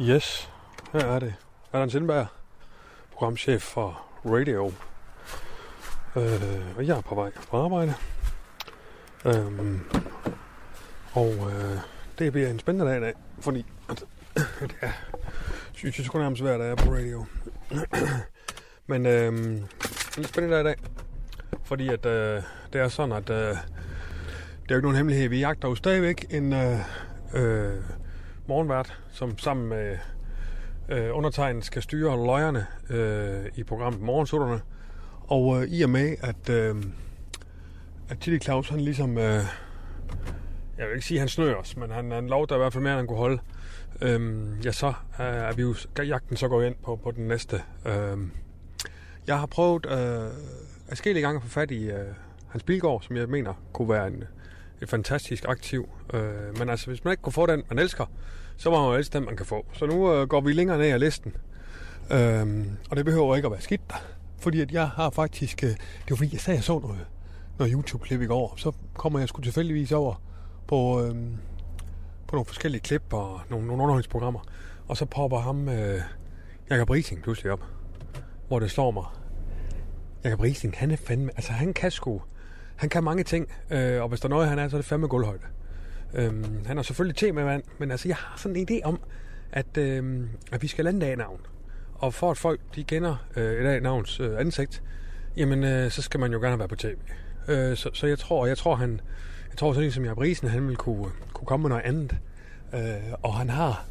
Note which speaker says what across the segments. Speaker 1: Yes, her er det. Allan Sindberg, programchef for Radio. Øh, og jeg er på vej på arbejde. Øhm, og øh, det bliver en spændende dag i dag, fordi at, det er, synes jeg sgu nærmest hver dag, jeg er på radio. Men øh, det er en spændende dag i dag, fordi at, øh, det er sådan, at øh, det er jo ikke nogen hemmelighed. Vi jagter jo stadigvæk en øh, øh, morgenvært, som sammen med øh, undertegnet skal styre løjerne øh, i programmet Morgensutterne. Og øh, i og med, at, øh, at Tilly Claus, han ligesom... Øh, jeg vil ikke sige, at han snører os, men han, han lovede der i hvert fald mere, end han kunne holde. Øhm, ja, så øh, er vi jo, kan jagten så går ind på, på den næste. Øhm, jeg har prøvet øh, forskellige gange at få fat i øh, Hans Bilgaard, som jeg mener kunne være en, et fantastisk aktiv. Øh, men altså, hvis man ikke kunne få den, man elsker, så må man jo elske den, man kan få. Så nu øh, går vi længere ned ad listen. Øh, og det behøver ikke at være skidt, fordi at jeg har faktisk... Øh, det var fordi, jeg sagde, jeg så noget, noget YouTube-klip i går, så kommer jeg sgu tilfældigvis over på, øh, på nogle forskellige klip og nogle, nogle underholdningsprogrammer, og så popper ham øh, Jakob Rising pludselig op, hvor det slår mig. Jakob Rising, han er fandme... Altså, han kan sgu... Han kan mange ting, øh, og hvis der er noget, han er, så er det fandme gulvhøjde. Øhm, han er selvfølgelig temamand, men altså, jeg har sådan en idé om, at, øhm, at vi skal lande af navn. Og for at folk de kender øh, et af navns øh, ansigt, jamen, øh, så skal man jo gerne være på tv. Øh, så, så jeg tror, jeg tror han, jeg tror sådan en som jeg Brisen, han ville kunne, kunne komme med noget andet. Øh, og han har,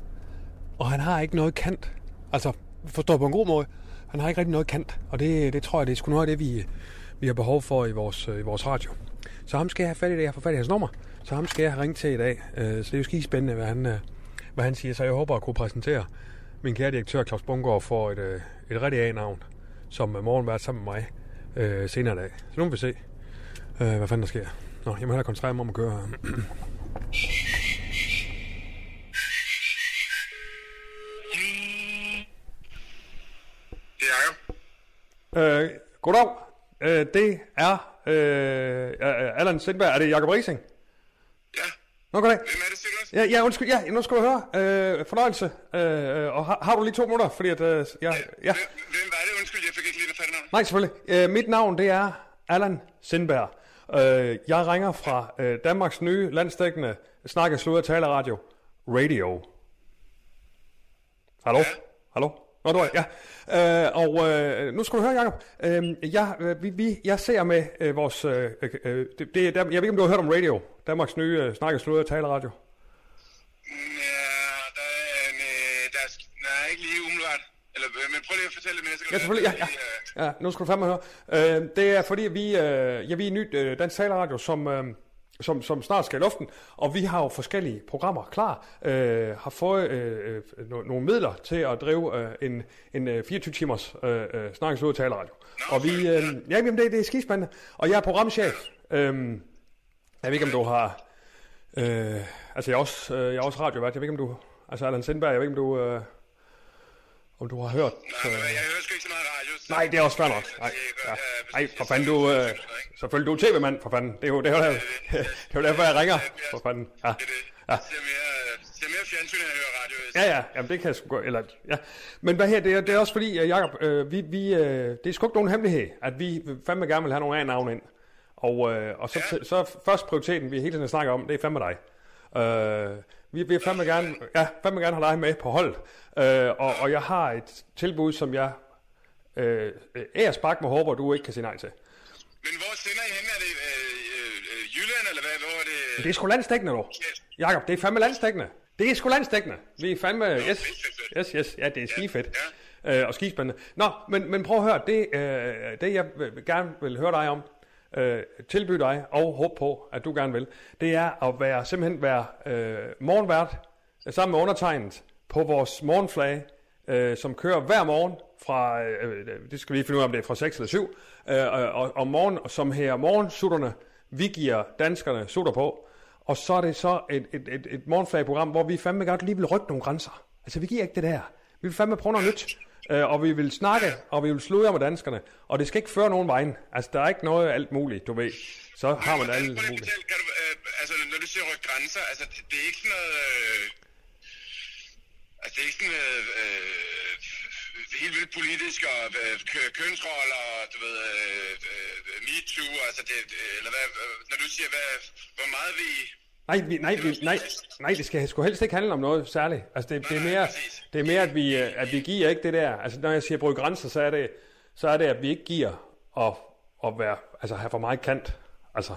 Speaker 1: og han har ikke noget kant. Altså, forstår på en god måde, han har ikke rigtig noget kant. Og det, det tror jeg, det er sgu noget af det, vi, vi har behov for i vores, øh, i vores radio. Så ham skal jeg have fat i det, jeg får fat i hans nummer. Så ham skal jeg have ringet til i dag. Øh, så det er jo skide spændende, hvad han, øh, hvad han siger. Så jeg håber at kunne præsentere min kære direktør Claus Bungård for et, øh, et rigtig A-navn, som er morgenvært sammen med mig øh, senere i dag. Så nu må vi se, øh, hvad fanden der sker. Nå, jeg må hellere koncentrere mig om at køre.
Speaker 2: Det er Jacob.
Speaker 1: øh, goddag. Øh, det er øh, Allan Sindberg. Er det Jakob Rising?
Speaker 2: Ja.
Speaker 1: Nå, goddag.
Speaker 2: Hvem er det sikkert?
Speaker 1: Ja, ja, undskyld, ja, nu skal du høre. Øh, fornøjelse. Øh, øh, og har, har du lige to minutter? Fordi at, øh, jeg, ja.
Speaker 2: Hvem, hvem var det? Undskyld, jeg fik ikke lige det fat navn.
Speaker 1: Nej, selvfølgelig. Øh, mit navn, det er Allan Sindberg. Øh, jeg ringer fra øh, Danmarks nye landstækkende snakke, sludder, taleradio. Radio. Hallo? Hallo? Nå, du er, ja. Øh, og øh, nu skal du høre, Jacob. Øh, jeg, øh, vi, vi, jeg ser med øh, vores... Øh, øh, det, det, er Danmark- jeg ved ikke, om du har hørt om radio. Danmarks nye øh, snakke, sludder, taleradio.
Speaker 2: Mm, Ja, der er en... Øh, der er, sk- nej, ikke lige umiddelbart. Eller, øh, men prøv lige at fortælle lidt mere. så kan
Speaker 1: Ja,
Speaker 2: du- Øh,
Speaker 1: selvfølgelig. Ja, ja. ja nu skal du fandme høre. Øh, det er fordi, vi, øh, ja, vi er nyt øh, Dansk Taleradio, som, øh, som, som snart skal i luften, og vi har jo forskellige programmer klar, øh, har fået øh, øh, no, nogle midler til at drive øh, en, en øh, 24-timers øh, øh, snakkes ud taleradio. Og vi, øh, ja, jamen, det, det er skispændende. Og jeg er programchef. Øh, jeg ved ikke, om du har... Øh, altså, jeg er også, øh, jeg er også radiovært. Jeg ved ikke, om du... Altså, Allan Sindberg, jeg ved ikke, om du... Øh, om du har hørt...
Speaker 2: Nej, men jeg hører sgu ikke så meget radio. Så
Speaker 1: Nej, det er også fair nok. Nej, ja. Ej, for fanden, du... Øh, selvfølgelig, du er tv-mand, for fanden. Det er jo, det er jo, det er jo derfor, jeg ringer. For fanden. Ja.
Speaker 2: Øh, Det er det.
Speaker 1: Ja.
Speaker 2: Jeg ser mere, øh, ser mere fjernsyn, end jeg hører radio. Så-
Speaker 1: Ja, ja, jamen det kan jeg sgu godt, eller, ja. Men hvad her, det er, det er også fordi, øh, Jacob, øh, vi, vi, øh, det er sgu ikke nogen hemmelighed, at vi fandme gerne vil have nogle A-navne ind. Og, øh, og så, ja. så først prioriteten, vi hele tiden snakker om, det er fandme dig. Øh, vi vil fandme gerne, ja, fandme gerne have dig med på holdet. Øh, og, og jeg har et tilbud, som jeg øh, æresbak med håber, du ikke kan sige nej til.
Speaker 2: Men hvor sender I hen? Er det øh, øh, øh, Jylland, eller hvad? Hvor er det...
Speaker 1: Det er sgu landstækkende, du. Jakob, det er fandme landstækkende. Det er sgu landstækkende. Vi er fandme... Yes, yes, yes. Ja, det er skifedt. Øh, og skispændende. Nå, men, men prøv at høre. Det, øh, det jeg vil- gerne vil høre dig om, øh, tilbyde dig og håbe på, at du gerne vil, det er at være, simpelthen være øh, morgenvært øh, sammen med undertegnet på vores morgenflage, øh, som kører hver morgen fra, øh, øh, det skal vi lige finde ud af, om det er fra 6 eller 7, øh, og, og om morgenen, som her morgensutterne, vi giver danskerne sutter på, og så er det så et, et, et, et morgenflagprogram, hvor vi fandme godt lige vil rykke nogle grænser. Altså, vi giver ikke det der. Vi vil fandme prøve noget nyt. Øh, og vi vil snakke, og vi vil sludre med danskerne. Og det skal ikke føre nogen vejen. Altså, der er ikke noget alt muligt, du ved. Så har man alt
Speaker 2: Hvordan- prøv lige at
Speaker 1: muligt.
Speaker 2: fortælle, Kan du, øh, altså, når du siger rykke grænser, altså, det, det er ikke sådan noget... Øh, altså, det er ikke sådan noget... Øh, øh, helt vildt politisk og øh, kø- kønsroller og, du ved, øh, øh, MeToo, altså det, øh, eller hvad, øh, når du siger, hvad, hvor meget vi...
Speaker 1: Nej, vi, nej, vi, nej, nej, det skal sgu helst ikke handle om noget særligt. Altså, det, det, er, mere, det er mere, at vi, øh, at vi giver ikke det der. Altså, når jeg siger bryde grænser, så er det, så er det at vi ikke giver at, at være, altså, have for meget kant. Altså,
Speaker 2: Nå,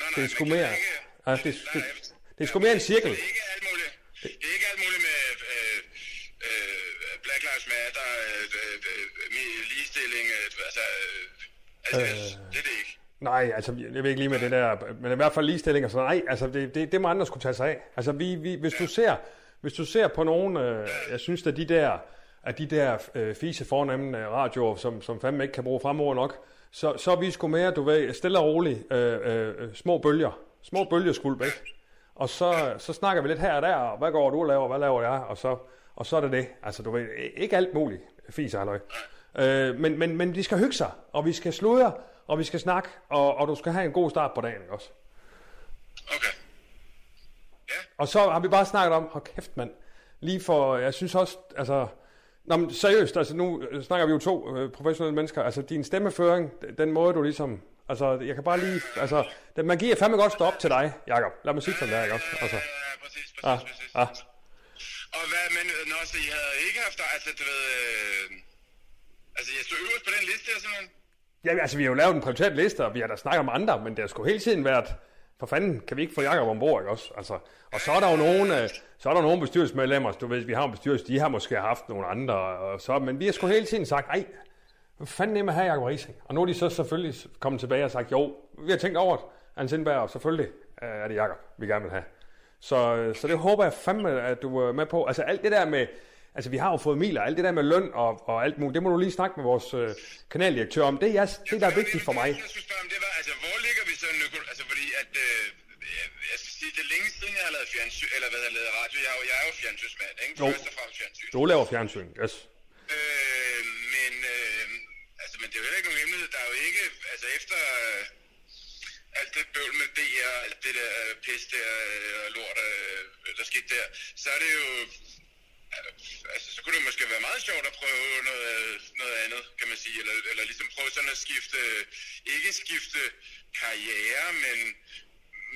Speaker 2: nej,
Speaker 1: det er sgu mere, altså, det, det, det er sgu
Speaker 2: sgu
Speaker 1: mere en cirkel.
Speaker 2: Det er ikke alt muligt. Det er ikke alt muligt med øh, øh, Black Lives Matter, øh, øh, øh, ligestilling, øh, altså, øh, altså
Speaker 1: Øh.
Speaker 2: det er det ikke.
Speaker 1: Nej, altså, jeg ved ikke lige med det der, men i hvert fald ligestilling og sådan Nej, altså, det, det, det må andre skulle tage sig af. Altså, vi, vi, hvis, du ser, hvis du ser på nogen, øh, jeg synes, at de der, at de der øh, fise fornemme radioer, som, som fandme ikke kan bruge fremover nok, så, så er vi sgu mere, du ved, stille og roligt, øh, øh, øh, små bølger, små bølgeskuld, ikke? Og så, så snakker vi lidt her og der, og hvad går du og laver, hvad laver jeg, og så, og så er det det. Altså, du ved, ikke alt muligt, fis og halløj. Øh, men, men, men de skal hygge sig, og vi skal sludre, og vi skal snakke, og, og du skal have en god start på dagen, ikke også?
Speaker 2: Okay. Ja,
Speaker 1: Og så har vi bare snakket om, hold kæft mand, lige for, jeg synes også, altså, nå, men seriøst, altså nu øh, snakker vi jo to øh, professionelle mennesker, altså din stemmeføring, d- den måde du ligesom, altså jeg kan bare lige, altså, den, man giver fandme godt stå op til dig, Jakob. Lad mig sige sådan der, ikke også? Altså,
Speaker 2: ja, ja, præcis, præcis,
Speaker 1: ah,
Speaker 2: præcis.
Speaker 1: ah.
Speaker 2: Og hvad, men øh, når så I havde ikke haft, altså, du ved, øh, altså, jeg stod øverst på den liste her, simpelthen.
Speaker 1: Ja, altså vi har jo lavet en prioriteret liste, og vi har da snakket om andre, men det har sgu hele tiden været, for fanden, kan vi ikke få Jakob ombord, ikke også? Altså, og så er der jo nogle, øh, så er der nogle bestyrelsesmedlemmer, du ved, vi har en bestyrelse, de har måske haft nogle andre, og så, men vi har sgu hele tiden sagt, nej, hvad fanden nemt at have Jakob Rising? Og nu er de så selvfølgelig kommet tilbage og sagt, jo, vi har tænkt over det, Hans Indberg, og selvfølgelig øh, er det Jakob, vi gerne vil have. Så, øh, så det håber jeg fandme, at du er med på. Altså alt det der med, altså vi har jo fået miler, alt det der med løn og, og alt muligt, det må du lige snakke med vores øh, kanaldirektør om. Det er, jeres, det, der er vigtigt for mig.
Speaker 2: Jeg skulle spørge om det var, altså, hvor ligger vi så nu? Altså, fordi at, øh, jeg- jeg skal sige, det er længe siden, jeg har lavet fjernsyn, eller hvad jeg har lavet radio. Jeg er jo, jeg er jo fjernsynsmand, ikke?
Speaker 1: Jo.
Speaker 2: Først og fremmest fjernsyn.
Speaker 1: Du laver fjernsyn, yes.
Speaker 2: Øh, men, øh, altså, men det er jo heller ikke nogen hemmelighed. Der er jo ikke, altså efter øh, alt det bøvl med DR, alt det der øh, pis der øh, og lort, øh, der skete der, så er det jo, øh, altså så kunne det måske være meget sjovt at prøve noget, øh, noget andet, kan man sige, eller, eller ligesom prøve sådan at skifte, ikke skifte karriere, men,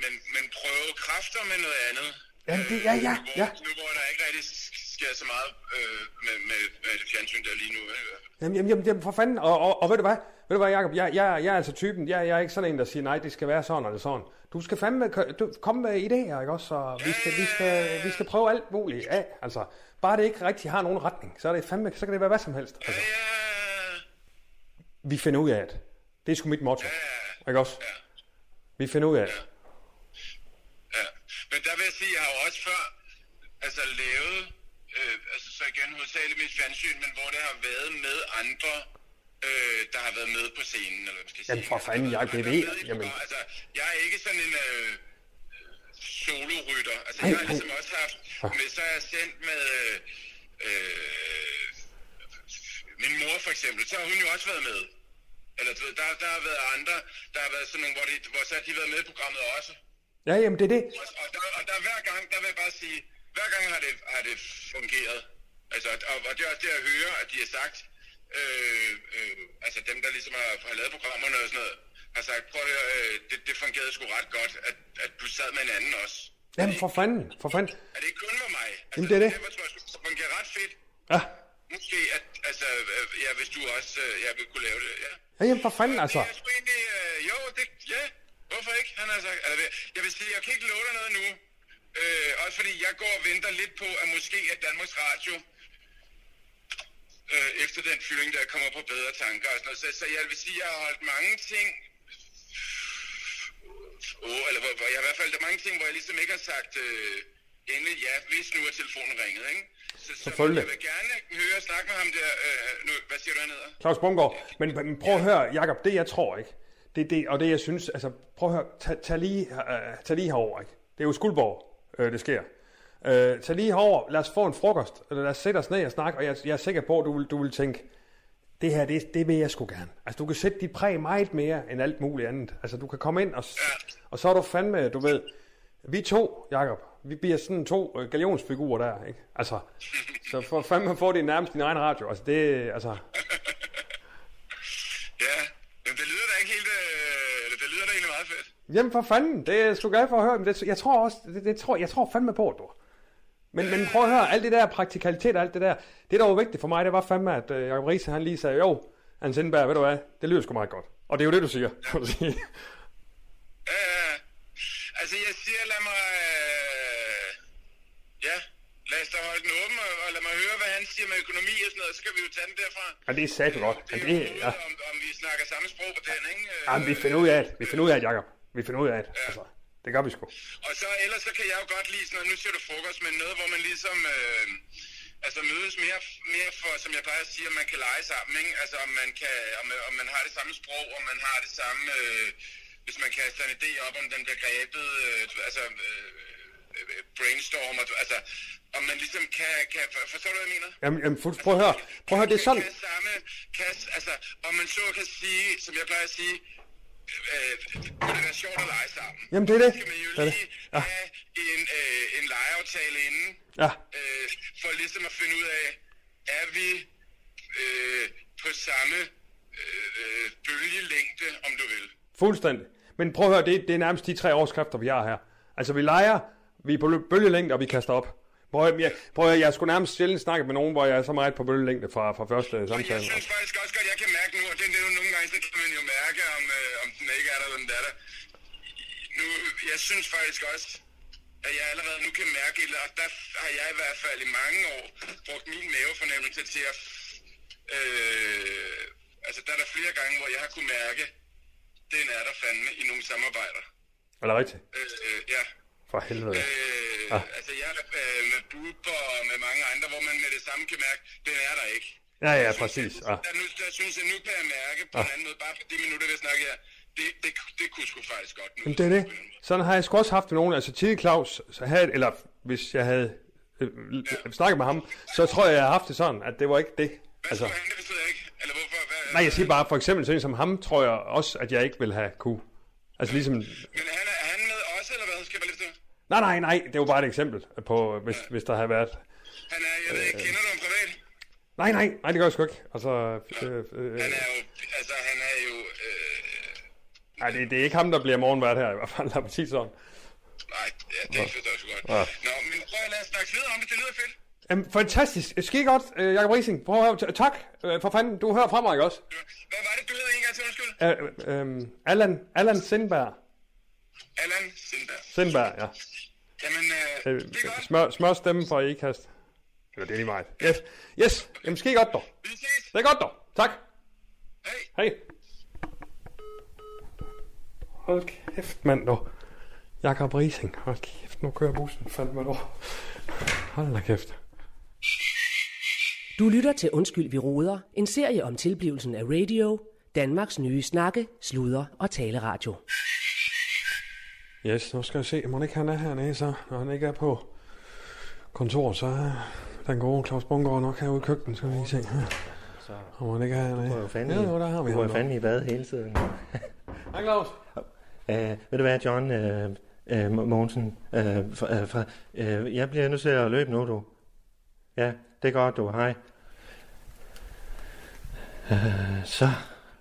Speaker 2: men, men prøve kræfter med noget andet.
Speaker 1: Jamen, det- ja, ja,
Speaker 2: hvor,
Speaker 1: ja.
Speaker 2: Nu hvor der ikke rigtig sk- sker så meget øh, med, med, med det fjernsyn der lige nu. ikke?
Speaker 1: Jamen, jamen, jamen, jamen for fanden, og, og, og ved du hvad, ved du hvad Jacob, jeg, jeg, jeg er altså typen, jeg, jeg er ikke sådan en, der siger, nej, det skal være sådan eller sådan. Du skal fandme, kø- du, komme med idéer, ikke også, og vi skal, vi skal, vi skal prøve alt muligt af, altså. Bare det ikke rigtig har nogen retning, så, er det fandme, så kan det være hvad som helst. Altså,
Speaker 2: Ja, ja,
Speaker 1: vi finder ud af det. Det er sgu mit motto, ikke også? Vi finder ud af det.
Speaker 2: ja. Men der vil jeg sige, at jeg har jo også før altså, lavet, øh, altså så igen hovedsageligt mit fjernsyn, men hvor det har været med andre, øh, der har været med på scenen, eller hvad man skal sige.
Speaker 1: Jamen, for fanden, Jacob, det
Speaker 2: Altså,
Speaker 1: ved
Speaker 2: jeg ved ikke,
Speaker 1: jamen.
Speaker 2: hvor- Altså, jeg er ikke sådan en øh, solorytter. Altså,
Speaker 1: Ej,
Speaker 2: jeg har
Speaker 1: ej. Ah.
Speaker 2: ligesom også haft, men så er jeg sendt med... Øh, øh, min mor for eksempel, så har hun jo også været med. Eller du ved, der, der har været andre, der har været sådan nogle, hvor, de, hvor så har de været med i programmet også.
Speaker 1: Ja, jamen det er det.
Speaker 2: Og, og, der, og der, hver gang, der vil jeg bare sige, hver gang har det, har det fungeret. Altså, og, og det er også det, jeg hører, at de har sagt, øh, øh, altså dem, der ligesom har, har lavet programmerne og sådan noget, har sagt, prøv at høre, øh, det, det fungerede sgu ret godt, at, at du sad med en anden også.
Speaker 1: Jamen for fanden, for fanden.
Speaker 2: At det ikke kun var mig. Altså,
Speaker 1: Jamen, det er det.
Speaker 2: Derfor tror jeg, det fungerer ret fedt.
Speaker 1: Ja,
Speaker 2: Måske, at, altså, øh, ja, hvis du også øh, jeg vil kunne lave det, ja.
Speaker 1: ja jamen for fanden, altså.
Speaker 2: Jeg skulle egentlig, øh, jo, det, ja, hvorfor ikke? Han har sagt, altså, jeg vil sige, jeg kan ikke love dig noget nu. Øh, også fordi jeg går og venter lidt på, at måske at Danmarks Radio, øh, efter den fyring, der kommer på bedre tanker og sådan noget. Så, så jeg vil sige, jeg har holdt mange ting åh, eller hvor, hvor jeg i hvert fald, der er mange ting, hvor jeg ligesom ikke har sagt øh, endelig ja, hvis nu er telefonen ringet, ikke? Så, så
Speaker 1: Selvfølgelig.
Speaker 2: jeg vil gerne høre og snakke med ham der, øh, nu, hvad siger du, han hedder?
Speaker 1: Claus Bungård, men, men prøv at høre, Jakob, det jeg tror, ikke? Det, det, og det jeg synes, altså prøv at høre, tag, tag, lige, uh, tag lige herover, ikke? Det er jo Skuldborg, øh, det sker. Uh, tag lige herover, lad os få en frokost, eller lad os sætte os ned og snakke, og jeg, jeg er sikker på, at du vil, du vil tænke, det her, det, det vil jeg sgu gerne. Altså, du kan sætte dit præg meget mere end alt muligt andet. Altså, du kan komme ind, og, s- og så er du fandme, du ved, vi to, Jakob, vi bliver sådan to øh, galionsfigurer der, ikke? Altså, så for fandme får det nærmest din egen radio. Altså, det, altså,
Speaker 2: Ja, men det lyder da ikke helt, øh, eller det lyder da egentlig meget fedt.
Speaker 1: Jamen for fanden, det er jeg sgu glad for at høre. Men det, jeg tror også, det, det tror, jeg tror fandme på, du. Men, men prøv at høre, alt det der praktikalitet og alt det der, det der var vigtigt for mig, det var fandme, at øh, Jacob Riese, han lige sagde, jo, Hans Sindberg, ved du hvad, det lyder sgu meget godt. Og det er jo det, du siger. kan man sige.
Speaker 2: Ja, ja, ja. altså jeg siger, lad mig, øh, ja, lad os da holde den åben, og, og lad mig høre, hvad han siger med økonomi og sådan noget, så kan vi jo tage den derfra.
Speaker 1: ja, det er sat godt.
Speaker 2: Det
Speaker 1: Ja,
Speaker 2: er
Speaker 1: det,
Speaker 2: jo
Speaker 1: ja.
Speaker 2: ja. om, om vi snakker samme sprog på den, ikke? Øh,
Speaker 1: Jamen, vi finder ud af det. Vi finder ud af det, Jacob. Vi finder ud af det. Altså, det gør vi sgu.
Speaker 2: Og så ellers så kan jeg jo godt lide sådan noget, nu siger du frokost, men noget, hvor man ligesom øh, altså mødes mere, mere for, som jeg plejer at sige, at man kan lege sammen, ikke? Altså om man, kan, om, om man har det samme sprog, om man har det samme, øh, hvis man kaster en idé op, om den bliver grebet, øh, du- altså øh, øh, brainstormer, du- altså om man ligesom kan, kan for- forstår du, hvad jeg mener?
Speaker 1: Jamen, jamen fu- prøv at høre, prøv at høre, det er sådan.
Speaker 2: Kan samme, kan, altså, om man så kan sige, som jeg plejer at sige, øh, kunne det være sjovt at lege sammen?
Speaker 1: Jamen, det er det.
Speaker 2: skal man jo
Speaker 1: Det er det.
Speaker 2: lige
Speaker 1: Ja.
Speaker 2: have en, øh, en lejeaftale inden,
Speaker 1: Ja,
Speaker 2: øh, for ligesom at finde ud af, er vi øh, på samme øh, øh, bølgelængde, om du vil.
Speaker 1: Fuldstændig. Men prøv at høre, det, det er nærmest de tre overskrifter, vi har her. Altså, vi leger, vi er på lø- bølgelængde, og vi kaster op. Prøv at, høre, jeg, prøv at, høre, jeg skulle nærmest sjældent snakke med nogen, hvor jeg er så meget på bølgelængde fra, fra første øh,
Speaker 2: Og jeg
Speaker 1: samtale.
Speaker 2: synes faktisk også godt, jeg kan mærke nu, og det er det, nogle gange, så kan man jo mærke, om, øh, om den ikke er der, eller den er der. Nu, jeg synes faktisk også, at jeg allerede nu kan mærke, eller og der har jeg i hvert fald i mange år brugt min mavefornemmelse til at... Øh, altså, der er der flere gange, hvor jeg har kunne mærke, den er der fandme i nogle samarbejder.
Speaker 1: Er det rigtigt?
Speaker 2: Øh, øh, ja.
Speaker 1: For helvede.
Speaker 2: Øh,
Speaker 1: Ah.
Speaker 2: Altså jeg øh, med Bubber og med mange andre, hvor man med det samme kan mærke, den er der ikke.
Speaker 1: Ja, ja, præcis. Ah. Ja.
Speaker 2: Der, nu, der synes jeg, nu kan jeg mærke på en anden måde, bare på de minutter, vi snakker her, det, det, det kunne sgu faktisk godt nu.
Speaker 1: Men det er det. Sådan har jeg sgu også haft med nogen. Altså, tidlig Claus, så havde, eller hvis jeg havde øh, l- snakket med ham, så tror jeg, jeg har haft det sådan, at det var ikke det.
Speaker 2: Hvad
Speaker 1: Altså,
Speaker 2: skulle han, det forstod jeg ikke. Eller hvorfor? Hvad,
Speaker 1: nej, jeg siger bare, for eksempel sådan en som ham, tror jeg også, at jeg ikke ville have kunne. Altså ligesom,
Speaker 2: Men han, er er han med også, eller hvad? Skal jeg bare lige forstå?
Speaker 1: nej, nej, nej, det var bare et eksempel på, hvis, hvis der havde været
Speaker 2: Han er, jeg ved
Speaker 1: Øh,
Speaker 2: ikke, kender du ham privat?
Speaker 1: Nej, nej, nej, det gør jeg sgu ikke. Altså, øh, øh,
Speaker 2: Han er jo, altså han er jo, øh,
Speaker 1: nej, det, det er ikke ham, der bliver morgenvært her, i hvert fald. Lad mig sige sådan.
Speaker 2: nej, ja, det
Speaker 1: Ah.
Speaker 2: forstår jeg sgu godt.
Speaker 1: Ja.
Speaker 2: Nå, men prøv at lade os snakke videre om det, det lyder fedt.
Speaker 1: Jamen, fantastisk. Ski godt, øh, Jacob Riesing. Prøv at høre. T- tak, øh, for fanden. Du hører fra mig, ikke også?
Speaker 2: Hvad var det, du hed en gang til, undskyld?
Speaker 1: Øh, øh, Allan, Allan Sindberg.
Speaker 2: Allan Sindberg.
Speaker 1: Sindberg, ja.
Speaker 2: Jamen, øh,
Speaker 1: Øh,
Speaker 2: det er godt.
Speaker 1: smør, smør stemme for ikast. Eller det er lige meget. Yes, yes. Jamen, ski godt, dog.
Speaker 2: Vi ses.
Speaker 1: Det er godt, dog. Tak.
Speaker 2: Hej.
Speaker 1: Hej. Hold kæft, mand, dog. Jakob Riesing. Hold kæft, nu kører bussen fandme dog. Hold da kæft.
Speaker 3: Du lytter til Undskyld, vi roder, en serie om tilblivelsen af radio, Danmarks nye snakke, sludre og taleradio.
Speaker 1: Yes, nu skal jeg se, om ikke han er hernede, så når han ikke er på kontor, så er den gode Claus Bungård nok herude i køkkenet, skal vi lige se.
Speaker 4: Så
Speaker 1: Om han ikke er hernede.
Speaker 4: må jeg fanden
Speaker 1: ja, jo, der har vi
Speaker 4: i,
Speaker 1: ham.
Speaker 4: må jeg
Speaker 1: nu.
Speaker 4: fanden i bad hele tiden.
Speaker 1: Hej Claus.
Speaker 4: Uh, ved du hvad, John uh, uh, Mogensen? Uh, fra, uh, fra, uh, jeg bliver nødt til at løbe nu, du. Ja, det er godt, du. Hej. Uh, så,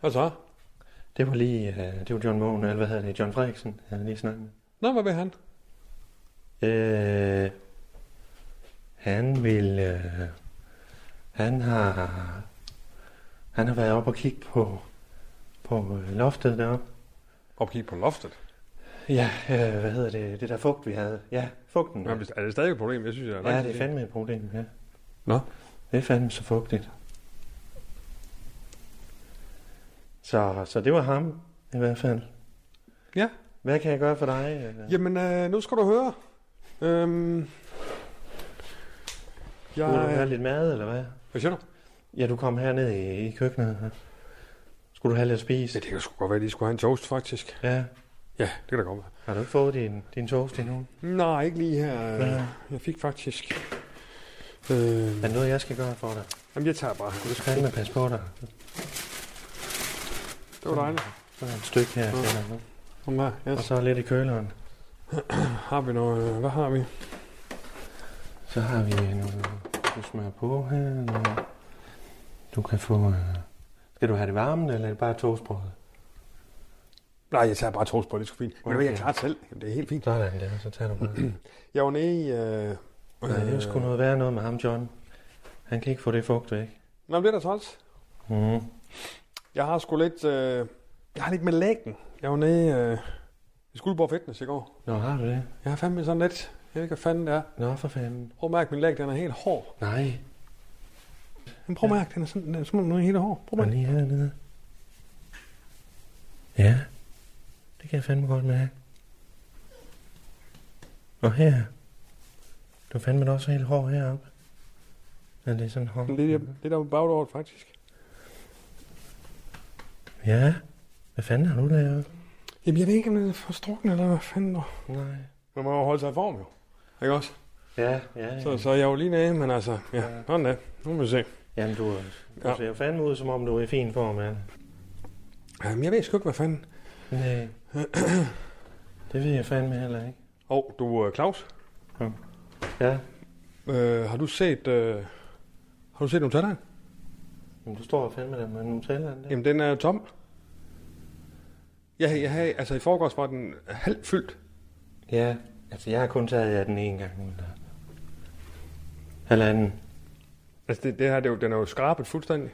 Speaker 1: Hvad så?
Speaker 4: det var lige, uh, det var John Mogen, eller hvad hedder det, John Frederiksen, jeg lige snakket med.
Speaker 1: Nå, hvad vil han?
Speaker 4: Øh, han vil... Øh, han har... Han har været oppe og kigge på, på øh, loftet deroppe.
Speaker 1: Opgive på loftet.
Speaker 4: Ja, øh, hvad hedder det? Det der fugt, vi havde. Ja, fugten.
Speaker 1: Ja.
Speaker 4: Ja,
Speaker 1: Er det stadig et problem? Jeg synes, jeg er
Speaker 4: ja
Speaker 1: langt
Speaker 4: det er
Speaker 1: i
Speaker 4: fandme et problem, ja.
Speaker 1: Nå.
Speaker 4: Det er fandme så fugtigt. Så, så det var ham, i hvert fald.
Speaker 1: Ja.
Speaker 4: Hvad kan jeg gøre for dig? øh?
Speaker 1: Jamen, øh, nu skal du høre. Øhm,
Speaker 4: Skulle du have
Speaker 1: jeg...
Speaker 4: lidt mad, eller hvad?
Speaker 1: Hvad siger du?
Speaker 4: Ja, du kom herned i, i køkkenet. Skulle du have lidt at
Speaker 1: Ja,
Speaker 4: spise?
Speaker 1: det kan sgu godt være, at de skulle have en toast, faktisk.
Speaker 4: Ja.
Speaker 1: Ja, det kan da godt være.
Speaker 4: Har du ikke fået din, din toast endnu?
Speaker 1: Nej, ikke lige her.
Speaker 4: Ja.
Speaker 1: Jeg fik faktisk... Øh,
Speaker 4: Er der noget, jeg skal gøre for dig?
Speaker 1: jamen, jeg tager bare.
Speaker 4: Du skal fandme passe på dig.
Speaker 1: Det var dejligt.
Speaker 4: Så er der et stykke her til dig.
Speaker 1: Kom her.
Speaker 4: Og
Speaker 1: Yes.
Speaker 4: så lidt i køleren.
Speaker 1: Har vi noget... øh, Hvad har vi?
Speaker 4: Så har vi noget, du smører på her. Noget. Du kan få... øh, Skal du have det varmt, eller er det bare toastbrød?
Speaker 1: Nej, jeg tager bare toast på, det er sgu fint. Men det vil jeg
Speaker 4: Okay.
Speaker 1: klare det selv. Jamen, det er helt fint.
Speaker 4: Sådan der, så tager du bare.
Speaker 1: Jeg var nede i... Øh,
Speaker 4: Nej, det er jo sgu noget værre noget med ham, John. Han kan ikke få det fugt væk.
Speaker 1: Nå, men det er da træls.
Speaker 4: Mm.
Speaker 1: Jeg har sgu lidt... Øh, jeg har lidt med lægen. Jeg var nede øh, i Skuldborg Fitness i går.
Speaker 4: Nå, har du det?
Speaker 1: Jeg har fandme sådan lidt... Jeg ved ikke, hvad fanden det er.
Speaker 4: Nå, for fanden.
Speaker 1: Prøv at mærke, min læg, den er helt hård.
Speaker 4: Nej,
Speaker 1: Men prøv at mærke, den er sådan, den er, som om den er helt hård. Prøv
Speaker 4: og
Speaker 1: at mærke.
Speaker 4: lige hernede. Ja, det kan jeg fandme godt mærke. Og her. Du er fandme da også helt hård heroppe. Ja, det er sådan hård.
Speaker 1: Det er, det er der bagdåret, faktisk.
Speaker 4: Ja, hvad fanden har du deroppe?
Speaker 1: Jamen, jeg ved ikke, om den er for strukken, eller hvad fanden der.
Speaker 4: Nej.
Speaker 1: Man må jo holde sig i form, jo. Ikke også?
Speaker 4: Ja, ja, ja.
Speaker 1: Så, så jeg er jo lige nede, men altså, ja,
Speaker 4: Ja.
Speaker 1: sådan er det. Nu må vi se.
Speaker 4: Jamen, du, er- du
Speaker 1: Ja.
Speaker 4: ser jo fandme ud, som om du er i fin form, ja.
Speaker 1: Jamen, jeg ved sgu ikke, hvad fanden.
Speaker 4: Nej. det ved jeg fandme heller ikke.
Speaker 1: Og oh, du, øh, Claus,
Speaker 4: Ja,
Speaker 1: øh, har du set, øh, har du set Nutella'en?
Speaker 4: men du står og fandme der med Nutella'en der.
Speaker 1: Jamen, den er tom. Jeg, jeg havde, altså i forgårs var den halvt fyldt.
Speaker 4: Ja, altså jeg har kun taget af den en gang. Eller... Halvanden.
Speaker 1: Altså, det, det her, det er jo, den er jo skrabet fuldstændig.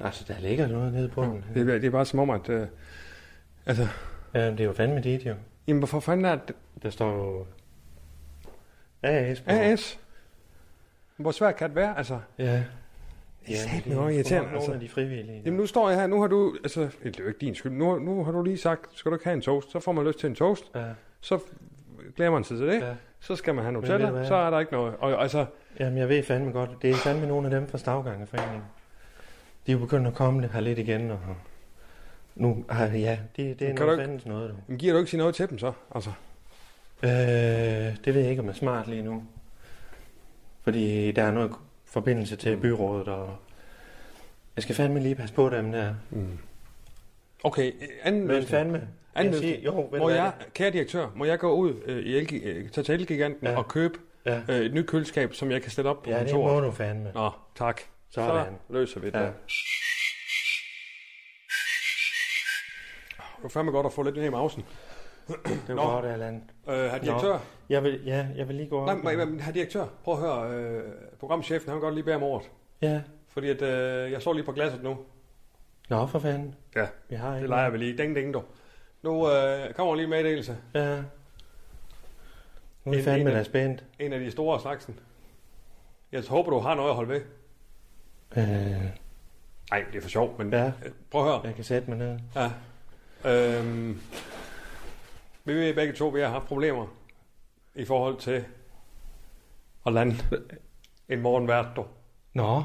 Speaker 4: Altså, der ligger noget nede på den.
Speaker 1: Det, er- det er bare som om, at, øh, altså,
Speaker 4: Ja, det er jo fandme dit, jo.
Speaker 1: jamen, hvorfor fanden er det
Speaker 4: Der står jo... AS på.
Speaker 1: AS? Hvor svært kan det være, altså?
Speaker 4: Ja.
Speaker 1: Det er satme
Speaker 4: jo
Speaker 1: også irriterende,
Speaker 4: nogle
Speaker 1: altså.
Speaker 4: af de frivillige.
Speaker 1: Jamen nu står jeg her, nu har du, altså, det er jo ikke din skyld, nu, nu har du lige sagt, skal du ikke have en toast, så får man lyst til en toast,
Speaker 4: Ja,
Speaker 1: så glæder man sig til det,
Speaker 4: ja.
Speaker 1: så skal man have
Speaker 4: Men ved du
Speaker 1: Nutella,
Speaker 4: hvad?
Speaker 1: så er der ikke noget. Og altså,
Speaker 4: Jamen, jeg ved fandme godt, det er fandme nogle af dem fra Stavgangerforeningen. De er jo begyndt at komme her lidt igen, og nu, ah, ja, det, det
Speaker 1: Kan
Speaker 4: er noget
Speaker 1: du ikke-
Speaker 4: fandens noget, du.
Speaker 1: jamen, giver du ikke sige noget til dem så? Altså,
Speaker 4: Øh, det ved jeg ikke, om jeg er smart lige nu. Fordi der er noget forbindelse til
Speaker 1: Mm.
Speaker 4: byrådet, og jeg skal fandme lige passe på dem der.
Speaker 1: okay, anden
Speaker 4: Men
Speaker 1: løsning.
Speaker 4: fandme.
Speaker 1: Anden
Speaker 4: Jeg siger, jo, ved du
Speaker 1: Må
Speaker 4: hvad?
Speaker 1: jeg, kære direktør, må jeg gå ud øh, i Elgi, øh, tage til Elgiganten
Speaker 4: Ja.
Speaker 1: og købe
Speaker 4: Ja,
Speaker 1: øh, et nyt køleskab, som jeg kan stille op på
Speaker 4: ja det
Speaker 1: kontoret?
Speaker 4: må du fandme.
Speaker 1: Nå, tak.
Speaker 4: Sådan.
Speaker 1: Så løser vi det.
Speaker 4: Ja.
Speaker 1: Ja. Det var fandme godt at få lidt ned i mausen.
Speaker 4: Det er
Speaker 1: Nå.
Speaker 4: jo godt, Allan.
Speaker 1: Øh, herr direktør,
Speaker 4: Jeg vil, ja, jeg vil lige gå op.
Speaker 1: Nej, men, men herr direktør, prøv at høre. Øh, programchefen, han vil godt lige bede om ordet.
Speaker 4: Ja.
Speaker 1: Fordi at, øh, jeg står lige på glasset nu.
Speaker 4: Nå, for fanden.
Speaker 1: Ja,
Speaker 4: Vi har ikke.
Speaker 1: det leger vi lige. Ding, ding, du. Nu øh, kommer lige en meddelelse.
Speaker 4: Ja. Nu er
Speaker 1: En-
Speaker 4: jeg fandme
Speaker 1: en-
Speaker 4: da spændt.
Speaker 1: En af de store af slagsen. Jeg håber, du har noget at holde ved.
Speaker 4: Øh,
Speaker 1: Nej, det er for sjov, men
Speaker 4: ja,
Speaker 1: øh, prøv at høre.
Speaker 4: jeg kan sætte mig ned.
Speaker 1: Ja. Øhm, vi ved begge to, vi har haft problemer i forhold til at lande en morgenvært du,
Speaker 4: Nå,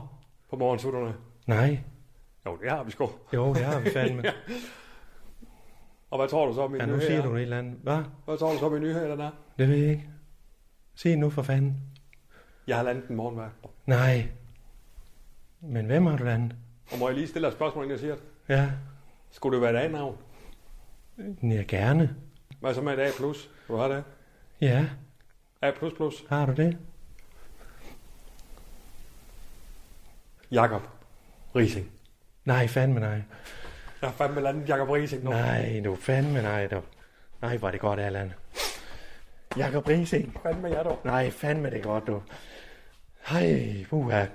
Speaker 1: på morgensutterne.
Speaker 4: nej.
Speaker 1: Jo, det har vi sgu.
Speaker 4: Jo, det har vi fandme. ja,
Speaker 1: Og hvad tror du så, min
Speaker 4: nu
Speaker 1: nyhed
Speaker 4: siger
Speaker 1: er?
Speaker 4: du et eller andet. Hvad?
Speaker 1: Hvad tror du så, min nyhed den er?
Speaker 4: Det ved jeg ikke. Se nu for fanden.
Speaker 1: Jeg har landet en morgenværk.
Speaker 4: Nej. Men hvem har du landet?
Speaker 1: Og må jeg lige stille dig et spørgsmål, inden jeg siger det?
Speaker 4: Ja.
Speaker 1: Skulle det være et A-navn?
Speaker 4: Ja, gerne.
Speaker 1: Hvad så med et A+. Plus? Du har det?
Speaker 4: Ja,
Speaker 1: A++. plus plus.
Speaker 4: har du det?
Speaker 1: Jakob Rising.
Speaker 4: Nej, fandme nej.
Speaker 1: Jeg har fandme landet Jakob Rising nu.
Speaker 4: Nej, du fandme nej. Du. Nej, var det godt, Allan. Jakob Rising.
Speaker 1: Fandme jeg dog.
Speaker 4: Nej, fandme det er godt, du. Hej, puha.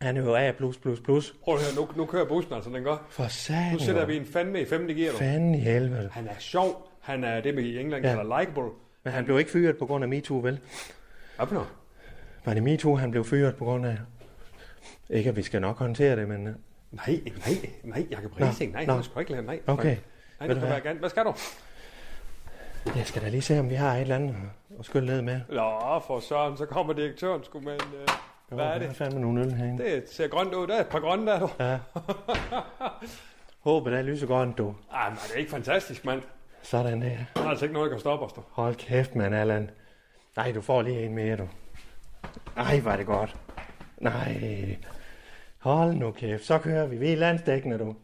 Speaker 4: Han er jo A++.
Speaker 1: Prøv at høre, nu, nu kører bussen altså, den går.
Speaker 4: For satan.
Speaker 1: Nu sætter vi en fandme i 5. gear, du.
Speaker 4: Fanden i helvede.
Speaker 1: Han er sjov. Han er det, man i England
Speaker 4: Ja.
Speaker 1: ja. kalder likeable.
Speaker 4: Men han blev ikke fyret på grund af MeToo, vel?
Speaker 1: Hvad for noget?
Speaker 4: Var det MeToo, han blev fyret på grund af? Ikke, at vi skal nok håndtere det, men... øh,
Speaker 1: Nej, nej, nej, Jakob Rising. Nej,
Speaker 4: nå.
Speaker 1: han skulle ikke lade. Nej,
Speaker 4: Okay.
Speaker 1: Nej, det
Speaker 4: Ved du
Speaker 1: kan
Speaker 4: hvad?
Speaker 1: være gerne. Hvad skal du?
Speaker 4: Jeg skal da lige se, om vi har et eller andet at- at skylle ned med.
Speaker 1: Nå, for søren, så kommer direktøren sgu med en... Øh, hvad er
Speaker 4: Der er
Speaker 1: det?
Speaker 4: fandme nogle øl herinde.
Speaker 1: Det ser grønt ud. Der er et par grønne der, du.
Speaker 4: Ja. Håbet er lysegrønt, du.
Speaker 1: Ej, Ah, men er det ikke fantastisk, mand?
Speaker 4: Sådan der.
Speaker 1: Der er altså ikke noget, der kan stoppe os, du.
Speaker 4: Hold kæft, mand, Allan. Nej, du får lige en mere, du. Ej, var det godt. Nej. Hold nu kæft, så kører vi. Vi er landstækkende, du.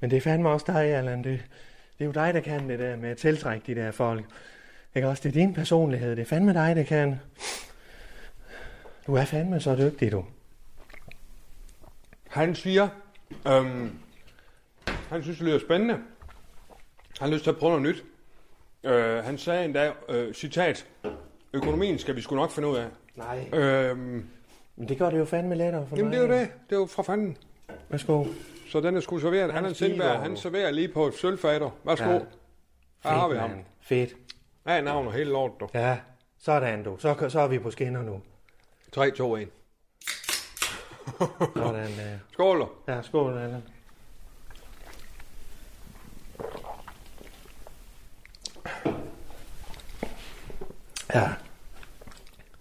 Speaker 4: Men det er fandme også dig, Allan. Det, det er jo dig, der kan det der med at tiltrække de der folk. Ikke også? Det er din personlighed. Det er fandme dig, der kan. Du er fandme så dygtig, du.
Speaker 1: Han siger, øhm, han synes, det lyder spændende. Han har lyst til at prøve noget nyt. Øh, han sagde endda, øh, citat, økonomien skal vi sgu nok finde ud af.
Speaker 4: Nej.
Speaker 1: Øhm,
Speaker 4: Men det gør det jo fandme lettere for
Speaker 1: jamen det
Speaker 4: mig.
Speaker 1: er jo det. Det er jo fra fanden.
Speaker 4: Værsgo.
Speaker 1: Så den er sgu serveret. Han er en
Speaker 4: stiger
Speaker 1: Sindberg.
Speaker 4: jo.
Speaker 1: Han serverer lige på et sølvfader. Værsgo.
Speaker 4: Ja.
Speaker 1: Ja. Der har vi ham.
Speaker 4: mand. Fedt.
Speaker 1: Ja, navn og hele lort, du.
Speaker 4: Ja, sådan du. Så, så er vi på skinner nu.
Speaker 1: 3, 2, 1.
Speaker 4: Sådan, øh.
Speaker 1: Skål, du.
Speaker 4: Ja, skål, Allan. Ja.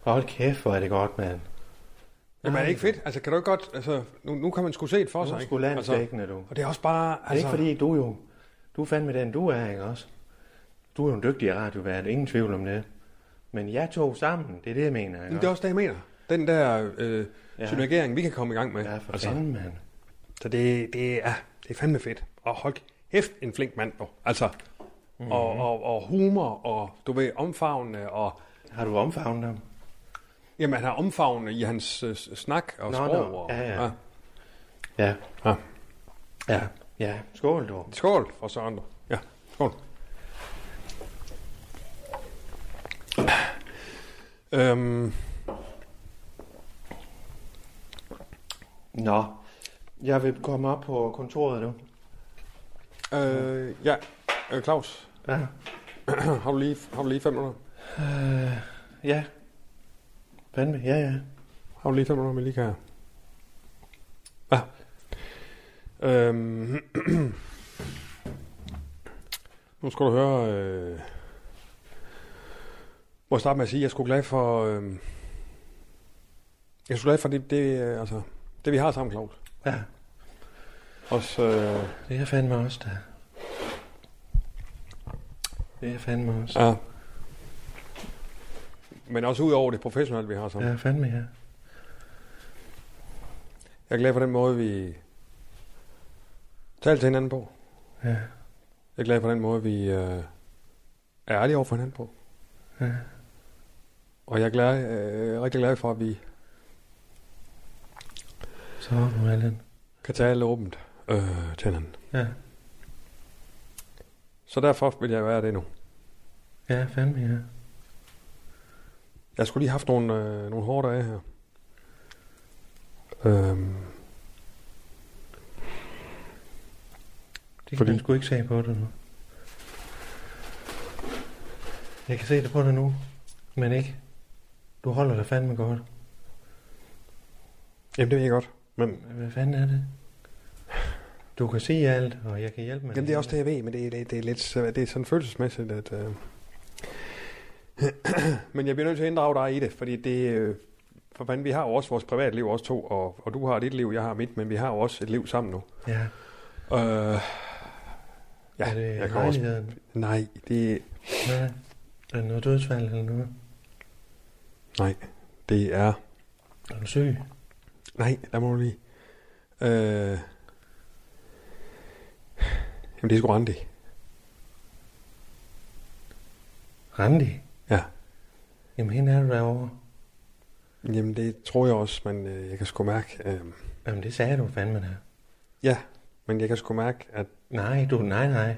Speaker 4: Hold kæft, hvor er det godt, mand.
Speaker 1: Jamen, er det ikke fedt? Altså, kan du ikke godt... Altså, nu, nu kan man sgu se det for
Speaker 4: Du
Speaker 1: sig,
Speaker 4: er
Speaker 1: ikke?
Speaker 4: sgu
Speaker 1: altså,
Speaker 4: landsdækkende, du.
Speaker 1: og det er også bare...
Speaker 4: Det er
Speaker 1: Altså,
Speaker 4: ikke fordi, du jo... Du er fandme den, du er, ikke også? Du er jo en dygtig radiovært, ingen tvivl om det. Men jeg tog sammen, det er det, jeg mener, ikke
Speaker 1: Men det er
Speaker 4: også?
Speaker 1: også det, jeg mener. Den der øh,
Speaker 4: Ja.
Speaker 1: ja. synergering, vi kan komme i gang med.
Speaker 4: Ja, for altså. fanden, mand.
Speaker 1: Så det, det, er, det er fandme fedt. Og hold hæft en flink mand, du. Altså,
Speaker 4: Mhm.
Speaker 1: mm-hmm. og, og, og humor, og du ved, omfavnende, og...
Speaker 4: Har du omfavnet ham?
Speaker 1: Jamen, han har omfavnende i hans øh, s- snak og
Speaker 4: Nå,
Speaker 1: sprog.
Speaker 4: nå.
Speaker 1: Og,
Speaker 4: Ja, ja. Ja.
Speaker 1: ja.
Speaker 4: Ja. Ja, skål, du.
Speaker 1: Skål for Søren, du. Ja, skål. Øhm,
Speaker 4: Nå. Jeg vil komme op på kontoret nu.
Speaker 1: øh, ja, øh, Claus,
Speaker 4: Ja.
Speaker 1: har du, lige, har du lige fem minutter?
Speaker 4: Ja. Fandme, ja, ja.
Speaker 1: Har du lige fem minutter, vi lige kan... Ja. Øhm. nu skal du høre... Øh... Må jeg starte med at sige, at jeg er sgu glad for... Øh... Jeg er sgu glad for det, det, øh, altså, det vi har sammen, Claus.
Speaker 4: Ja,
Speaker 1: Også, øh...
Speaker 4: det er fandme også, der. Det er fandme også.
Speaker 1: ja. Men også ud over det professionelle, vi har sammen.
Speaker 4: Ja, fandme, ja.
Speaker 1: Jeg er glad for den måde, vi taler til hinanden på.
Speaker 4: Ja.
Speaker 1: Jeg er glad for den måde, vi øh, er ærlige over for hinanden på.
Speaker 4: Ja.
Speaker 1: Og jeg er glad, øh, rigtig glad for, at vi
Speaker 4: Så nu, Allan.
Speaker 1: kan tale åbent øh, til hinanden.
Speaker 4: Ja.
Speaker 1: Så derfor vil jeg være det nu.
Speaker 4: Ja, fandme, ja.
Speaker 1: Jeg skulle lige haft nogle, øh, nogle hårde dage her. Øhm,
Speaker 4: Det kan
Speaker 1: Fordi-
Speaker 4: jeg sgu ikke se på dig nu. Jeg kan se det på dig nu, men ikke. Du holder dig fandme godt.
Speaker 1: jamen, det er jeg godt. Men,
Speaker 4: Hvad fanden er det? Du kan se alt, og jeg kan hjælpe med
Speaker 1: jamen, det er også det, jeg ved, men det, er- det, er- det er lidt øh, det er sådan følelsesmæssigt, at... Øh, men jeg bliver nødt til at inddrage dig i det, fordi det... Øh, for fanden, vi har jo også vores privatliv, os to, og, og du har dit liv, jeg har mit, men vi har jo også et liv sammen nu.
Speaker 4: Ja,
Speaker 1: Øh, ja,
Speaker 4: er det
Speaker 1: jeg kan også
Speaker 4: lejligheden?
Speaker 1: Nej, det,
Speaker 4: Nej. Er det noget dødsfald eller noget?
Speaker 1: nej, det er...
Speaker 4: Er du syg?
Speaker 1: Nej, der må du lige... Øh, jamen, det er sgu Randi.
Speaker 4: Randi?
Speaker 1: Ja.
Speaker 4: Jamen, hende er du derovre.
Speaker 1: Jamen, det tror jeg også, men øh, jeg kan sgu mærke... Øh,
Speaker 4: Jamen, det sagde du fandme da.
Speaker 1: ja, men jeg kan sgu mærke, at...
Speaker 4: Nej, du, nej, nej.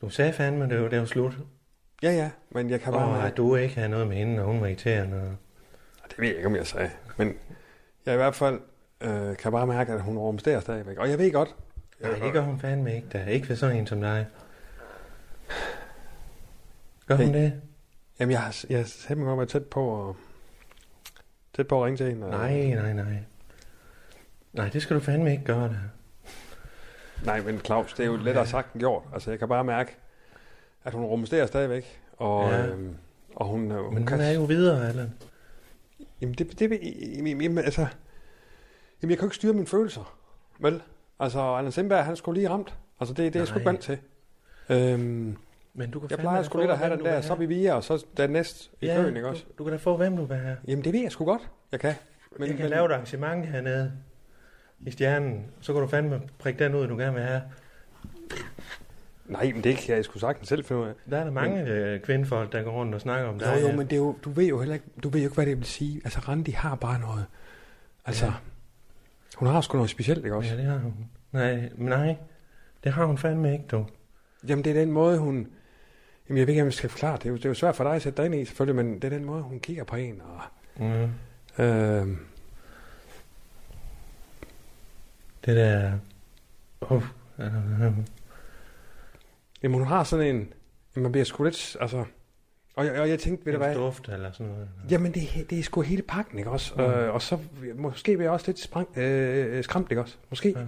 Speaker 4: Du sagde fandme, det var, det var slut.
Speaker 1: Ja, ja, men jeg kan bare...
Speaker 4: Og at du ikke havde noget med hende, og hun var irriterende. og-
Speaker 1: Det ved jeg ikke, om jeg sagde. Men jeg i hvert fald øh, kan bare mærke, at hun rumsterer stadigvæk. Og jeg ved godt... Jeg,
Speaker 4: Nej, det gør hun fandme ikke da. Ikke ved sådan en som dig. Gør hun
Speaker 1: Hey.
Speaker 4: det?
Speaker 1: Jamen, jeg har jeg har simpelthen godt været tæt på at... Tæt på at ringe til hende. og-
Speaker 4: Nej, nej, nej. Nej, det skal du fandme ikke gøre da.
Speaker 1: Nej, men Claus, det er jo lettere sagt end gjort. Altså, jeg kan bare mærke... at hun rumsterer stadigvæk. Og,
Speaker 4: Ja.
Speaker 1: ja. øhm, og hun, øh, hun
Speaker 4: Men
Speaker 1: kan...
Speaker 4: hun er jo videre, Allan.
Speaker 1: Jamen, det, det, vil- jamen, jamen, altså, jamen, jeg kan jo ikke styre mine følelser. Vel? Altså, Allan Sindberg, han skulle lige ramt. Altså, det, det er jeg sgu ikke
Speaker 4: Nej.
Speaker 1: vant til. Øhm,
Speaker 4: Men du kan
Speaker 1: jeg
Speaker 4: fandme
Speaker 1: plejer
Speaker 4: da
Speaker 1: sgu
Speaker 4: få,
Speaker 1: lidt at
Speaker 4: hvem
Speaker 1: have den
Speaker 4: du vil
Speaker 1: der, så er vi via, og så dernæst i
Speaker 4: ja,
Speaker 1: køen, ikke også?
Speaker 4: Du, du kan da få, hvem du vil have.
Speaker 1: Jamen, det ved jeg sgu godt, jeg kan.
Speaker 4: Men, jeg kan men... lave et arrangement hernede i stjernen. Så kan du fandme prikke den ud, du gerne vil have.
Speaker 1: Nej, men det kan jeg sgu sagtens selv finde ud af.
Speaker 4: Der er der mange men... kvindefolk, der går rundt og snakker om
Speaker 1: Jo,
Speaker 4: dig.
Speaker 1: jo, men det er jo, du ved jo heller ikke, du ved jo ikke, hvad det vil sige. Altså, Randi har bare noget. Altså,
Speaker 4: Ja.
Speaker 1: ja. hun har sgu noget specielt, ikke også?
Speaker 4: Ja,
Speaker 1: Ja.
Speaker 4: det har hun. Nej, men nej. Det har hun fandme ikke, du.
Speaker 1: Jamen, det er den måde, hun... Jamen, jeg ved ikke, om jeg skal forklare det. Det er jo, det er jo svært for dig at sætte dig ind i, selvfølgelig, men det er den måde, hun kigger på en. Og,
Speaker 4: Mm.
Speaker 1: øh,
Speaker 4: Det der... Uh, uh,
Speaker 1: jamen, hun har sådan en... Jamen, man bliver sgu lidt... Altså, og, jeg, og jeg tænkte, ved du hvad...
Speaker 4: duft eller sådan noget.
Speaker 1: Jamen, det, er- det er sgu hele pakken, ikke også? Mm. Øh, og så måske bliver jeg også lidt sprang, øh, skræmt, ikke også? Måske.
Speaker 4: Ja.
Speaker 1: Ja.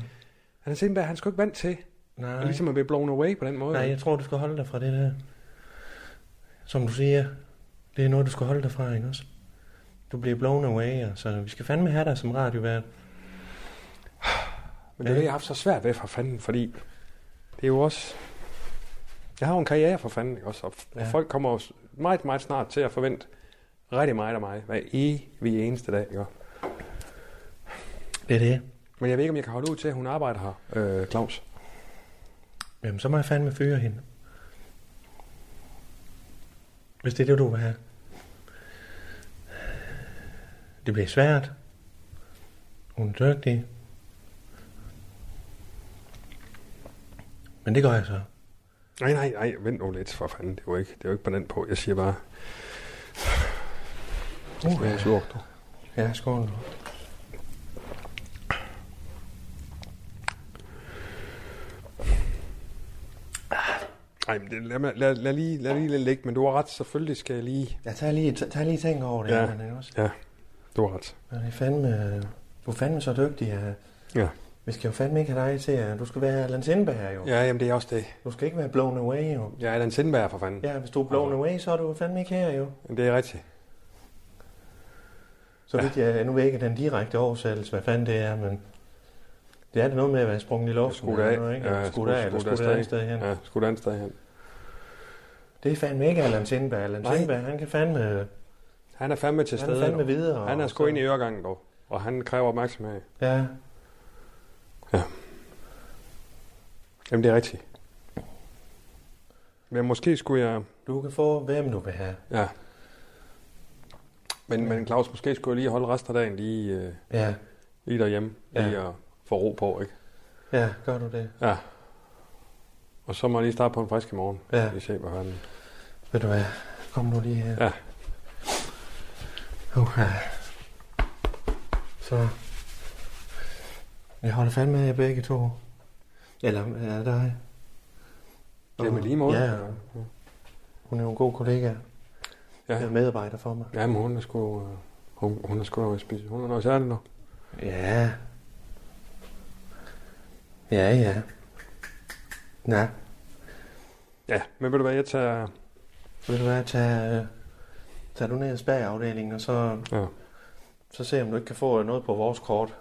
Speaker 1: Han er han er sgu ikke vant til,
Speaker 4: Nej.
Speaker 1: Nej. ligesom at blive blown away på den måde.
Speaker 4: Nej, jeg tror, du skal holde dig fra det der. Som du siger, det er noget, du skal holde dig fra, ikke også? Du bliver blown away, og så vi skal fandme have dig som radiovært.
Speaker 1: Men det er det, jeg har haft så svært ved for fanden, fordi det er jo også... Jeg har jo en karriere for fanden, ikke også? Og, ja.
Speaker 4: Ja.
Speaker 1: og folk kommer jo s- meget, meget snart til at forvente rigtig meget af mig, hver evig eneste dag, ikke også?
Speaker 4: Det er det.
Speaker 1: Men jeg ved ikke, om jeg kan holde ud til, at hun arbejder her, øh, Claus.
Speaker 4: Jamen, så må jeg fandme fyre hende. Hvis det er det, du vil have. Det bliver svært. Hun er dygtig. Men det gør jeg så.
Speaker 1: Nej, nej, nej, vent nu lidt, for fanden. Det er jo ikke, det er jo ikke på den på. Jeg siger bare... Det Uh, er sur, du.
Speaker 4: Ja, skål nu.
Speaker 1: Nej, men det, lad, mig- lad, lad, lige, lad lige lidt ligge, men du har ret. Selvfølgelig skal jeg lige...
Speaker 4: Jeg tager lige, tager lige tænker over det.
Speaker 1: Ja.
Speaker 4: men det er også.
Speaker 1: Ja, du har ret.
Speaker 4: Men det er fandme, du er fandme så dygtig. at
Speaker 1: Ja,
Speaker 4: Vi skal jo fandme ikke have dig til at... Du skal være Allan Sindberg her, jo.
Speaker 1: ja jamen det er også det.
Speaker 4: Du skal ikke være blown away, jo.
Speaker 1: Jeg er Allan Sindberg, for fanden.
Speaker 4: Ja, hvis du er blown away, så er du fandme ikke her, jo.
Speaker 1: Ja. Det er rigtigt.
Speaker 4: Så vidt jeg... Nu ved jeg ikke den direkte oversættelse, hvad fanden det er, men... Det er det noget med at være sprunget i luften.
Speaker 1: Skudt
Speaker 4: eller
Speaker 1: af.
Speaker 4: noget, ikke?
Speaker 1: Ja,
Speaker 4: skudt af, eller skudt af et sted hen.
Speaker 1: Ja, skudt af et sted hen.
Speaker 4: Det er fandme ikke Allan Sindberg. Allan
Speaker 1: Nej.
Speaker 4: Sindberg, han kan fandme...
Speaker 1: Han er fandme til
Speaker 4: Han er
Speaker 1: stede.
Speaker 4: fandme
Speaker 1: dog.
Speaker 4: videre.
Speaker 1: han er
Speaker 4: og
Speaker 1: sgu
Speaker 4: så-
Speaker 1: ind i øregangen dog, og han kræver opmærksomhed.
Speaker 4: Ja,
Speaker 1: Jamen, det er rigtigt. Men måske skulle jeg...
Speaker 4: du kan få, hvem du vil have.
Speaker 1: Ja. Men, men Claus, måske skulle jeg lige holde resten af dagen lige, øh,
Speaker 4: Ja,
Speaker 1: lige derhjemme.
Speaker 4: Ja.
Speaker 1: Ja. Lige at få ro på, ikke?
Speaker 4: ja, gør du det.
Speaker 1: Ja. Og så må jeg lige starte på en frisk i morgen.
Speaker 4: Ja.
Speaker 1: Lige se, hvad fanden.
Speaker 4: Ved du hvad? Kom nu lige her.
Speaker 1: Ja.
Speaker 4: Okay. Så. Jeg holder fandme af jer begge to. Eller er det dig?
Speaker 1: Det er med lige måde.
Speaker 4: Ja, hun er jo en god kollega.
Speaker 1: Ja.
Speaker 4: Ja. medarbejder for mig.
Speaker 1: Jamen, hun er sgu... Øh, hun, hun er sgu noget specielt. Hun er noget særligt nu.
Speaker 4: Ja. Ja, ja. Nej,
Speaker 1: Ja, men ved du hvad, jeg tager...
Speaker 4: ved du hvad? Tag, øh, tag du ned i spærgeafdelingen, og så,
Speaker 1: Ja.
Speaker 4: så se, om du ikke kan få noget på vores kort.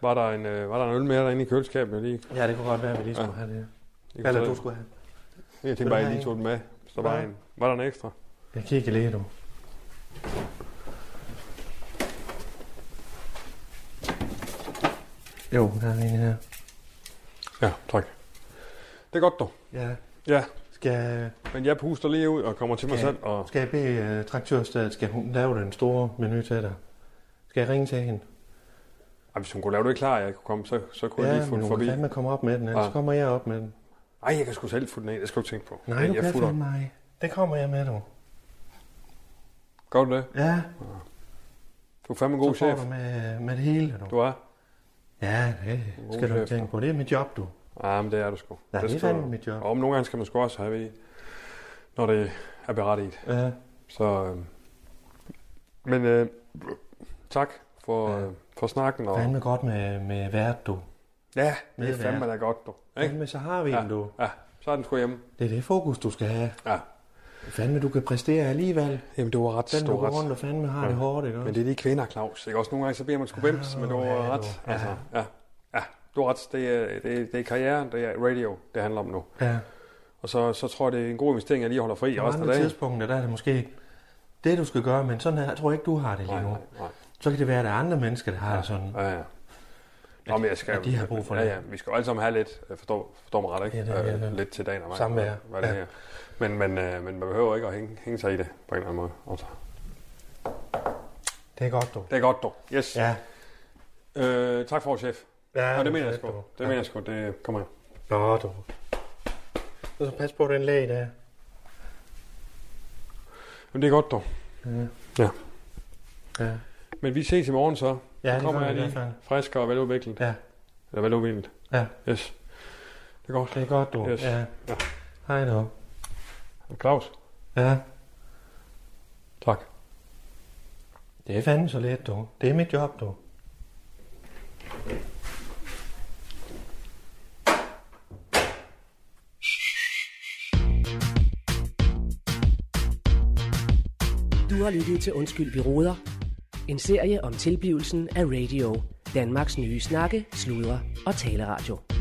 Speaker 1: Var der en, øh, var der en øl mere derinde i køleskabet? Jeg, lige,
Speaker 4: Ja, det kunne godt være, at vi lige skulle
Speaker 1: Ja.
Speaker 4: have det.
Speaker 1: jeg,
Speaker 4: Eller
Speaker 1: kunne-
Speaker 4: du skulle have.
Speaker 1: jeg
Speaker 4: Vil
Speaker 1: tænkte bare,
Speaker 4: du
Speaker 1: at jeg
Speaker 4: have
Speaker 1: lige tog den med. Så var,
Speaker 4: Ja.
Speaker 1: en, var der en ekstra?
Speaker 4: Jeg kigger lige, du. Jo, der er en her.
Speaker 1: Ja, tak. Det er godt dog.
Speaker 4: Ja.
Speaker 1: Ja,
Speaker 4: Skal,
Speaker 1: men jeg puster lige ud og kommer til mig
Speaker 4: Ja.
Speaker 1: selv. Og,
Speaker 4: skal jeg bede uh, traktørstedet, skal hun lave den store menu til dig? Skal jeg ringe til hende?
Speaker 1: Ej, hvis hun kunne lave det klar, jeg kunne komme, så, så kunne jeg lige få
Speaker 4: men
Speaker 1: den
Speaker 4: hun
Speaker 1: forbi. Ah.
Speaker 4: kan fandme komme op med den, ellers
Speaker 1: Ja.
Speaker 4: kommer jeg op med den.
Speaker 1: Ej, jeg kan sgu selv få den af. Det skal du ikke tænke på.
Speaker 4: Nej,
Speaker 1: jeg,
Speaker 4: du
Speaker 1: jeg
Speaker 4: kan
Speaker 1: futter.
Speaker 4: fandme mig. Det kommer jeg med, du.
Speaker 1: Gør du det?
Speaker 4: Ja,
Speaker 1: Du er fandme en
Speaker 4: så
Speaker 1: god
Speaker 4: får
Speaker 1: chef.
Speaker 4: du med, med det hele, du.
Speaker 1: Du er?
Speaker 4: Ja, det
Speaker 1: God
Speaker 4: skal du ikke
Speaker 1: chef,
Speaker 4: tænke på. Det er mit job, du.
Speaker 1: Ja, Ah, men det er du sgu.
Speaker 4: Nej, det er
Speaker 1: skal du.
Speaker 4: fandme mit job.
Speaker 1: Og om nogle gange skal man sgu også have i, når det er berettiget.
Speaker 4: Ja,
Speaker 1: Så, øh, men øh, tak for, øh, for snakken. Og,
Speaker 4: fandme godt med, med vært, du.
Speaker 1: Ja, det er
Speaker 4: Medvært.
Speaker 1: fandme da godt, du. Ikke?
Speaker 4: Fandme, så har vi
Speaker 1: Ja,
Speaker 4: den, du.
Speaker 1: ja, så er den sgu hjemme.
Speaker 4: Det er det fokus, du skal have.
Speaker 1: Ja.
Speaker 4: Fandme, du kan præstere alligevel.
Speaker 1: Jamen, det var ret
Speaker 4: Den, du
Speaker 1: stor
Speaker 4: går
Speaker 1: ret.
Speaker 4: rundt og fandme har det hårdt, ikke?
Speaker 1: Men det er de kvinder, Claus. Ikke? Også nogle gange, så bliver man sgu bims, men det var
Speaker 4: ja,
Speaker 1: ret.
Speaker 4: du.
Speaker 1: Altså, ja. ja, du har ret. Det er, det, er, det er karrieren, det er radio, det handler om nu.
Speaker 4: Ja.
Speaker 1: Og så, så tror jeg, det er en god investering, at jeg lige holder fri
Speaker 4: På
Speaker 1: resten af
Speaker 4: andre
Speaker 1: dagen.
Speaker 4: tidspunkter, der er det måske det, du skal gøre, men sådan her, jeg tror ikke, du har det lige
Speaker 1: Nej,
Speaker 4: nu.
Speaker 1: nej, nej.
Speaker 4: Så kan det være, at der er andre mennesker, der har det sådan.
Speaker 1: Ja, ja. Nå, men jeg skal,
Speaker 4: at de har brug for
Speaker 1: ja,
Speaker 4: det.
Speaker 1: Ja, vi skal jo alle sammen have lidt, øh, forstå, forstå mig ret, ikke?
Speaker 4: Ja, det er det,
Speaker 1: Øh,
Speaker 4: ja, det.
Speaker 1: Lidt til dagen og mig.
Speaker 4: Samvær.
Speaker 1: Hvad det
Speaker 4: Ja.
Speaker 1: her. Men, men, øh, men man behøver ikke at hænge, hænge sig i det på en eller anden måde. Altså,
Speaker 4: Det er godt, du.
Speaker 1: det er godt, dog. Yes.
Speaker 4: Ja.
Speaker 1: Øh, tak for vores chef.
Speaker 4: Ja,
Speaker 1: Ja, det mener jeg sgu.
Speaker 4: du.
Speaker 1: Det mener jeg sgu. Det kommer her.
Speaker 4: Nå, du. Du så pas på den læge der.
Speaker 1: Men det er godt, dog.
Speaker 4: Ja.
Speaker 1: Ja.
Speaker 4: Ja.
Speaker 1: Men vi ses i morgen så.
Speaker 4: Ja,
Speaker 1: så
Speaker 4: det
Speaker 1: kommer
Speaker 4: gør
Speaker 1: jeg
Speaker 4: vi i
Speaker 1: lige
Speaker 4: hvert fald.
Speaker 1: frisk og veludviklet.
Speaker 4: Ja.
Speaker 1: Eller veludviklet.
Speaker 4: Ja.
Speaker 1: Yes. Det er godt.
Speaker 4: Det er godt, du.
Speaker 1: Yes.
Speaker 4: Ja.
Speaker 1: Ja.
Speaker 4: Hej nu.
Speaker 1: Og Claus,
Speaker 4: Ja.
Speaker 1: tak.
Speaker 4: Det er fandme så let, du. Det er mit job, du.
Speaker 3: Du har lyttet til Undskyld, vi råder. En serie om tilblivelsen af radio. Danmarks nye snakke, sludre og taleradio.